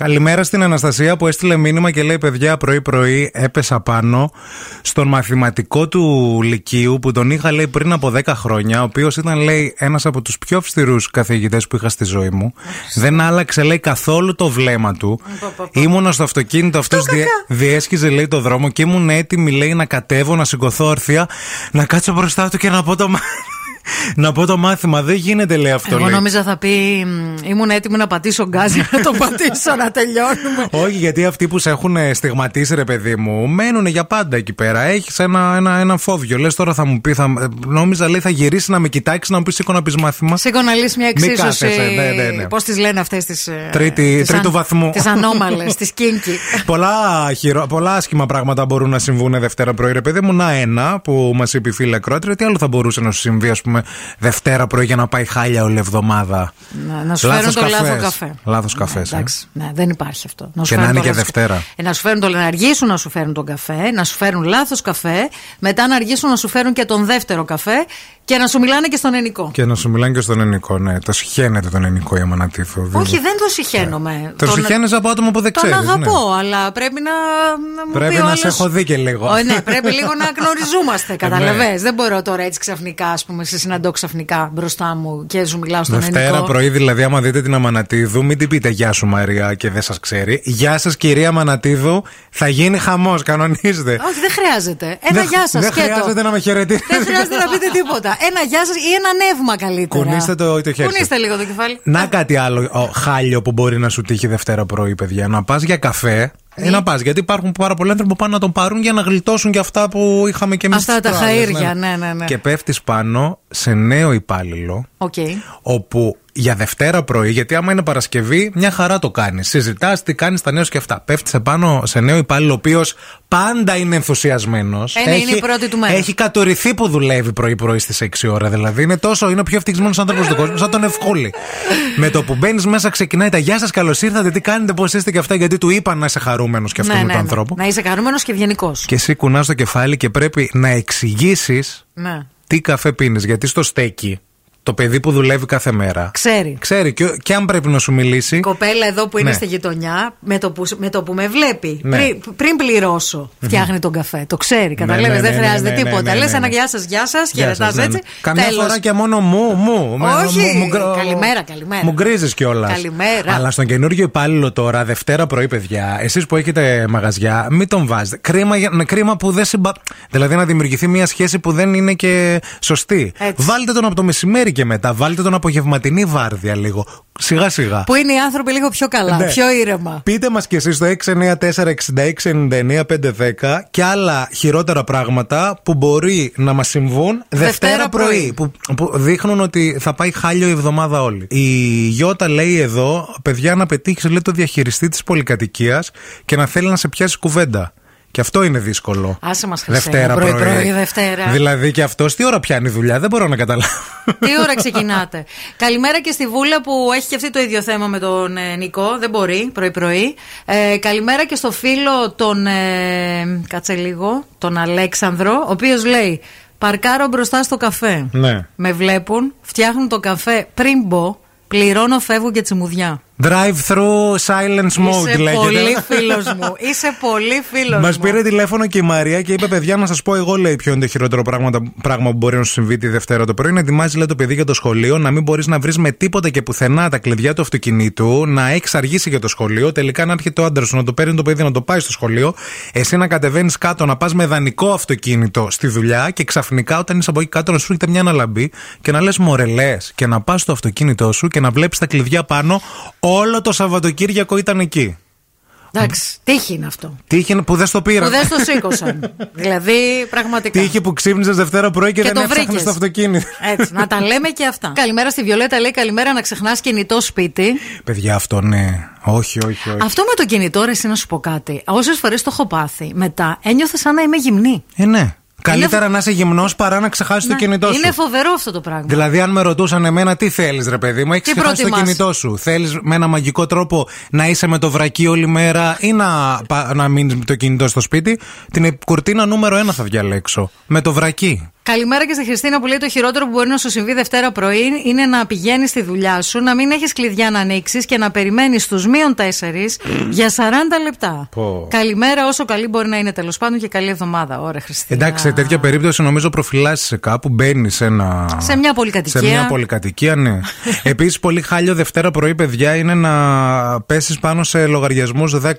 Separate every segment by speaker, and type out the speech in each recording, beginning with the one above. Speaker 1: Καλημέρα στην Αναστασία που έστειλε μήνυμα και λέει: Παιδιά, πρωί-πρωί έπεσα πάνω στον μαθηματικό του Λυκείου που τον είχα λέει πριν από 10 χρόνια, ο οποίος ήταν λέει ένας από τους πιο αυστηρούς καθηγητές που είχα στη ζωή μου. Δεν άλλαξε λέει καθόλου το βλέμμα του. Ήμουνα στο αυτοκίνητο, αυτό διέ, διέσχιζε λέει το δρόμο και ήμουν έτοιμη λέει να κατέβω, να σηκωθώ ορθία, να κάτσω μπροστά του και να πω το να πω το μάθημα. Δεν γίνεται, λέει αυτό.
Speaker 2: Εγώ
Speaker 1: λέει.
Speaker 2: νόμιζα θα πει ήμουν έτοιμη να πατήσω γκάζι να το πατήσω να τελειώνουμε.
Speaker 1: Όχι, γιατί αυτοί που σε έχουν ε, στιγματίσει, ρε παιδί μου, μένουν για πάντα εκεί πέρα. Έχεις ένα, ένα, ένα φόβιο. Λες τώρα θα μου πει, θα, νόμιζα λέει θα γυρίσει να με κοιτάξεις να μου πεις σήκω να πεις μάθημα.
Speaker 2: Σήκω να λύσει μια εξίσωση.
Speaker 1: κάθεσαι, ναι, ναι, ναι.
Speaker 2: Πώς τις λένε ε, αυτές τις.
Speaker 1: Τρίτη- τρίτου βαθμού.
Speaker 2: Τις ανώμαλες, τις κίνκι.
Speaker 1: πολλά, χειρο, πολλά άσχημα πράγματα μπορούν να συμβούν Δευτέρα πρωί, ρε παιδί μου. Να ένα που μας είπε η φίλη Ακρότρια, τι άλλο θα μπορούσε να σου συμβεί, ας πούμε, Δευτέρα πρωί για να πάει χάλια όλη εβδομάδα.
Speaker 2: Να, να σου φέρουν
Speaker 1: Λάθος
Speaker 2: το λάθος
Speaker 1: καφές.
Speaker 2: καφέ.
Speaker 1: Λάθος καφές, ε.
Speaker 2: Ναι, εντάξει, ναι, δεν υπάρχει αυτό. Να σου
Speaker 1: Και να
Speaker 2: φέρουν
Speaker 1: είναι
Speaker 2: το
Speaker 1: και
Speaker 2: λάθος-
Speaker 1: Δευτέρα.
Speaker 2: Ε, να σου φέρουν το να αργήσουν να σου φέρουν τον καφέ, να σου φέρουν λάθος καφέ, μετά να αργήσουν να σου φέρουν και τον δεύτερο καφέ και να σου μιλάνε και στον ενικό.
Speaker 1: Και να σου μιλάνε και στον ελληνικό, ναι. Το συχαίνεται τον ελληνικό η Αμανατίφο.
Speaker 2: Όχι, δεν το συχαίνομαι.
Speaker 1: Το
Speaker 2: Τον-
Speaker 1: συχαίνεσαι από άτομο που δεν ναι.
Speaker 2: Τον
Speaker 1: ξέρεις.
Speaker 2: αγαπώ, αλλά πρέπει να. να μου
Speaker 1: Πρέπει
Speaker 2: πει ο
Speaker 1: να
Speaker 2: άλλος-
Speaker 1: σε έχω δει και λίγο.
Speaker 2: Ω, ναι, πρέπει λίγο να γνωριζούμαστε,
Speaker 1: Ναι.
Speaker 2: καταλαβέ. Δεν μπορώ τώρα έτσι ξαφνικά, ας πούμε, σε συναντώ ξαφνικά μπροστά μου και σου μιλάω στον
Speaker 1: Δευτέρα
Speaker 2: ενικό.
Speaker 1: πρωί, δηλαδή, άμα δείτε την Αμανατίδου, μην την πείτε Γεια σου Μαρία και δεν σας ξέρει. Γεια σας κυρία Αμανατίδου, θα γίνει χαμός, κανονίζετε.
Speaker 2: Όχι, δεν χρειάζεται. Ένα
Speaker 1: Δεν-
Speaker 2: ε, γεια σας.
Speaker 1: Δεν χρειάζεται να με χαιρετήσετε.
Speaker 2: Δεν χρειάζεται να πείτε τίποτα. Ένα γεια σας ή ένα νεύμα καλύτερα.
Speaker 1: Κουνήστε το- το χέρι σας. Ναι.
Speaker 2: Κουνήστε λίγο το κεφάλι.
Speaker 1: Να κάτι άλλο ο, χάλιο που μπορεί να σου τύχει Δευτέρα πρωί, παιδιά. Να πας για καφέ. Ε, να πας, γιατί υπάρχουν πάρα πολλοί άνθρωποι που πάνε να τον πάρουν για να γλιτώσουν και αυτά που είχαμε και εμείς.
Speaker 2: Αυτά τα χαΐρια, ναι, ναι, ναι.
Speaker 1: Και πέφτεις πάνω σε νέο υπάλληλο.
Speaker 2: Οκ.
Speaker 1: όπου για Δευτέρα πρωί, γιατί άμα είναι Παρασκευή, μια χαρά το κάνεις. Συζητάς τι κάνεις, τα νέα και αυτά. Πέφτεις επάνω σε νέο υπάλληλο, ο οποίος πάντα είναι ενθουσιασμένος.
Speaker 2: Ε, ναι, είναι η πρώτη του μέρα.
Speaker 1: Έχει κατορυθεί που δουλεύει πρωί-πρωί στις 6 ώρα. Δηλαδή είναι τόσο, είναι ο πιο ευτυχισμένος άνθρωπος του κόσμου, σαν τον Ευκόλη. Με το που μπαίνεις μέσα, ξεκινάει τα Γεια σας, καλώς ήρθατε, τι κάνετε, πώς είστε και αυτά, γιατί του είπαν να είσαι χαρούμενος και αυτό
Speaker 2: Ναι,
Speaker 1: με
Speaker 2: ναι,
Speaker 1: τον
Speaker 2: ναι.
Speaker 1: άνθρωπο.
Speaker 2: Να είσαι χαρούμενος και ευγενικός.
Speaker 1: Και εσύ κουνάς το κεφάλι και πρέπει να εξηγήσεις
Speaker 2: Ναι.
Speaker 1: τι καφέ πίνεις, γιατί στο στέκι. Το παιδί που δουλεύει κάθε μέρα.
Speaker 2: Ξέρει.
Speaker 1: Ξέρει και, και αν πρέπει να σου μιλήσει.
Speaker 2: Η κοπέλα εδώ που είναι
Speaker 1: Ναι.
Speaker 2: στη γειτονιά, με το που, με, το που με βλέπει,
Speaker 1: Ναι.
Speaker 2: πριν, πριν πληρώσω, φτιάχνει τον καφέ. Το ξέρει, καταλαβαίνεις,
Speaker 1: ναι, ναι,
Speaker 2: δεν
Speaker 1: ναι,
Speaker 2: χρειάζεται
Speaker 1: ναι, ναι,
Speaker 2: τίποτα.
Speaker 1: ναι, ναι,
Speaker 2: Λες
Speaker 1: ναι.
Speaker 2: ένα γεια σας, γεια σας,
Speaker 1: Γεια σας,
Speaker 2: χαιρετά
Speaker 1: ναι,
Speaker 2: έτσι.
Speaker 1: ναι. Καμιά
Speaker 2: τέλος.
Speaker 1: φορά και μόνο μου, μου. Μα-
Speaker 2: Όχι.
Speaker 1: γκρο-
Speaker 2: Καλημέρα, καλημέρα.
Speaker 1: Μου γκρίζεις κιόλας.
Speaker 2: Καλημέρα.
Speaker 1: Αλλά στον καινούργιο υπάλληλο τώρα, Δευτέρα πρωί, παιδιά, εσείς που έχετε μαγαζιά, μην τον βάζετε. Κρίμα, για- ναι, κρίμα που δεν συμπα. Δηλαδή να δημιουργηθεί μια σχέση που δεν είναι και σωστή.
Speaker 2: Έτσι.
Speaker 1: Βάλτε τον από το μεσημέρι και μετά. Βάλτε τον απογευματινή βάρδια λίγο. Σιγά σιγά.
Speaker 2: Που είναι οι άνθρωποι λίγο πιο καλά,
Speaker 1: Ναι.
Speaker 2: πιο ήρεμα.
Speaker 1: Πείτε μας κι εσείς το 694-6699-510 και άλλα χειρότερα πράγματα που μπορεί να μας συμβούν Δευτέρα,
Speaker 2: Δευτέρα
Speaker 1: πρωί.
Speaker 2: πρωί.
Speaker 1: Που, που δείχνουν ότι θα πάει χάλιο η εβδομάδα όλη. Η Γιώτα λέει εδώ, παιδιά, να πετύχεις λέει, το διαχειριστή της πολυκατοικίας και να θέλει να σε πιάσει κουβέντα. Και αυτό είναι δύσκολο.
Speaker 2: Άσε μας, Χρυσέ,
Speaker 1: Δευτέρα πρωί.
Speaker 2: πρωί, πρωί, Δευτέρα.
Speaker 1: Δηλαδή και αυτός τι ώρα πιάνει δουλειά, δεν μπορώ να καταλάβω.
Speaker 2: Τι ώρα ξεκινάτε. Καλημέρα και στη Βούλα που έχει και αυτή το ίδιο θέμα με τον ε, Νικό. Δεν μπορεί, πρωί-πρωί. Ε, καλημέρα και στο φίλο τον. Ε, κάτσε λίγο. Τον Αλέξανδρο, ο οποίος λέει. Παρκάρω μπροστά στο καφέ.
Speaker 1: Ναι.
Speaker 2: Με βλέπουν, φτιάχνουν το καφέ πριν μπω, πληρώνω, φεύγω και τσιμουδιά.
Speaker 1: Drive-through silence mode
Speaker 2: Είσαι
Speaker 1: λέγεται.
Speaker 2: πολύ φίλος μου. Είσαι πολύ φίλος μου.
Speaker 1: Μα πήρε τηλέφωνο και η Μαρία και είπε: Παιδιά, να σας πω εγώ, λέει, ποιο είναι το χειρότερο πράγμα, πράγμα που μπορεί να σου συμβεί τη Δευτέρα το πρωί. Να ετοιμάζει, λέει, το παιδί για το σχολείο, να μην μπορείς να βρεις με τίποτα και πουθενά τα κλειδιά του αυτοκινήτου, να έχεις αργήσει για το σχολείο. Τελικά να έρχεται ο άντρας σου να το παίρνει το παιδί να το πάει στο σχολείο. Εσύ να κατεβαίνεις κάτω, να πας με δανεικό αυτοκίνητο στη δουλειά και ξαφνικά όταν είσαι από εκεί κάτω να σου έρχεται μια αναλαμπή και να λες μορελέ και να πας στο αυτοκίνητό σου και να βλέπεις τα κλειδιά πάνω όλο το Σαββατοκύριακο ήταν εκεί.
Speaker 2: Εντάξει, τύχη είναι αυτό.
Speaker 1: Τύχη που δεν στο πήρα.
Speaker 2: Που δεν στο σήκωσαν. δηλαδή, πραγματικά.
Speaker 1: Τύχη που ξύπνησες Δευτέρα πρωί και,
Speaker 2: Και
Speaker 1: δεν
Speaker 2: το
Speaker 1: έφτιαχνε
Speaker 2: βρήκες.
Speaker 1: το αυτοκίνητο.
Speaker 2: Έτσι, να τα λέμε και αυτά. Καλημέρα στη Βιολέτα, λέει καλημέρα να ξεχνάς κινητό σπίτι.
Speaker 1: Παιδιά, αυτό ναι. Όχι, όχι, όχι.
Speaker 2: Αυτό με το κινητό, ρε, εσύ να σου πω κάτι. Όσες φορές το έχω πάθει, μετά ένιωθα σαν να είμαι γυμνή.
Speaker 1: Ε, ναι. Καλύτερα
Speaker 2: φο- Ναι.
Speaker 1: να είσαι γυμνός παρά να ξεχάσεις το κινητό σου.
Speaker 2: Είναι φοβερό αυτό το πράγμα.
Speaker 1: Δηλαδή, αν με ρωτούσαν εμένα τι θέλεις, ρε παιδί μου, έχεις
Speaker 2: Τι
Speaker 1: ξεχάσει το
Speaker 2: προτιμάς?
Speaker 1: κινητό σου. Θέλεις με ένα μαγικό τρόπο να είσαι με το βρακί όλη μέρα ή να, πα- να μείνεις με το κινητό στο σπίτι. Την κουρτίνα νούμερο ένα θα διαλέξω. Με το βρακί.
Speaker 2: Καλημέρα και στη Χριστίνα που λέει το χειρότερο που μπορεί να σου συμβεί Δευτέρα πρωί είναι να πηγαίνεις στη δουλειά σου, να μην έχεις κλειδιά να ανοίξεις και να περιμένεις στους μείον 4 για 40 λεπτά.
Speaker 1: Πω.
Speaker 2: Καλημέρα, όσο καλή μπορεί να είναι τέλος πάντων και καλή εβδομάδα. Ωραία, Χριστίνα.
Speaker 1: Εντάξει, σε τέτοια περίπτωση νομίζω προφυλάσσει κάπου, μπαίνεις σε ένα.
Speaker 2: Σε μια πολυκατοικία.
Speaker 1: Σε μια πολυκατοικία, ναι. Επίσης, πολύ χάλιο Δευτέρα πρωί, παιδιά, είναι να πέσεις πάνω σε λογαριασμούς 10.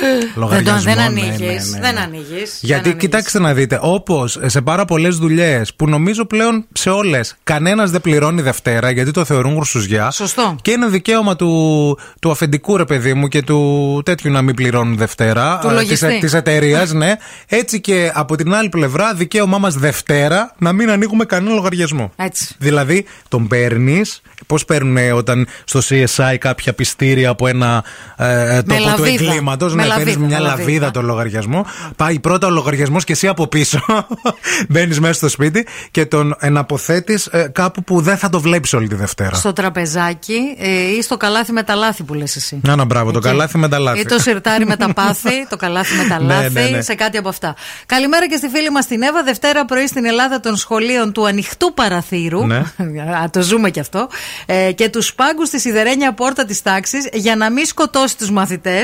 Speaker 2: Δεν, τον-
Speaker 1: Λογαριασμό,
Speaker 2: δεν
Speaker 1: ναι,
Speaker 2: ανοίγεις.
Speaker 1: ναι, ναι, ναι.
Speaker 2: Δεν ανοίγεις, δεν
Speaker 1: Γιατί
Speaker 2: ανοίγεις.
Speaker 1: κοιτάξτε να δείτε, όπως σε πάρα πολλές δουλειές που νομίζω πλέον σε όλες κανένας δεν πληρώνει Δευτέρα γιατί το θεωρούν γρουσουζιά.
Speaker 2: Σωστό.
Speaker 1: Και είναι δικαίωμα του, του αφεντικού ρε παιδί μου και του τέτοιου να μην πληρώνουν Δευτέρα. ε,
Speaker 2: Του λογιστή.
Speaker 1: Της εταιρείας, ναι. Έτσι και από την άλλη πλευρά, δικαίωμά μας Δευτέρα να μην ανοίγουμε κανένα λογαριασμό.
Speaker 2: Έτσι.
Speaker 1: Δηλαδή, τον παίρνεις. Πώς παίρνουν όταν στο CSI κάποια πιστήρια από ένα ε, τόπο του
Speaker 2: λαβίδα.
Speaker 1: εγκλήματος.
Speaker 2: Με
Speaker 1: Ναι, παίρνεις
Speaker 2: λαβίδα,
Speaker 1: μια
Speaker 2: με λαβίδα.
Speaker 1: λαβίδα το λογαριασμό. Πάει πρώτα ο λογαριασμός και εσύ από πίσω. Μπαίνεις μέσα στο σπίτι και τον εναποθέτεις κάπου που δεν θα το βλέπεις όλη τη Δευτέρα.
Speaker 2: Στο τραπεζάκι ε, ή στο καλάθι με τα λάθη που λες εσύ.
Speaker 1: Να, να, μπράβο, Ναι, το
Speaker 2: Εκεί.
Speaker 1: καλάθι με τα λάθη.
Speaker 2: Ή Ε, το σιρτάρι με τα πάθη, το καλάθι με τα
Speaker 1: Ναι,
Speaker 2: λάθη,
Speaker 1: ναι, ναι.
Speaker 2: σε κάτι από αυτά. Καλημέρα και στη φίλη μας την Εύα. Δευτέρα πρωί στην Ελλάδα των σχολείων του ανοιχτού παραθύρου.
Speaker 1: Ναι.
Speaker 2: Α, το ζούμε κι αυτό. Ε, και τους πάγκους στη σιδερένια πόρτα της τάξης για να μην σκοτώσει τους μαθητές,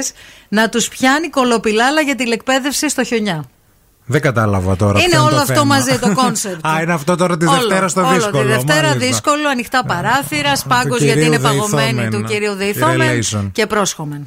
Speaker 2: να του πιάνει κολοπιλάλα για τηλεκπαίδευση στο χιονιά.
Speaker 1: Δεν κατάλαβα τώρα.
Speaker 2: Είναι
Speaker 1: ποιο
Speaker 2: όλο
Speaker 1: το
Speaker 2: αυτό
Speaker 1: θέμα.
Speaker 2: μαζί το κόνσεπτ.
Speaker 1: Α, είναι αυτό τώρα τη
Speaker 2: Όλο,
Speaker 1: Δευτέρα στο
Speaker 2: όλο,
Speaker 1: δύσκολο.
Speaker 2: Τη Δευτέρα
Speaker 1: μάλιστα. Ναι.
Speaker 2: δύσκολο, ανοιχτά παράθυρα,
Speaker 1: του
Speaker 2: πάγκο γιατί
Speaker 1: κυρίου
Speaker 2: είναι παγωμένη
Speaker 1: Δεϊθόμεν.
Speaker 2: του κυρίου
Speaker 1: Η
Speaker 2: Δεϊθόμεν
Speaker 1: relation.
Speaker 2: και πρόσχομεν.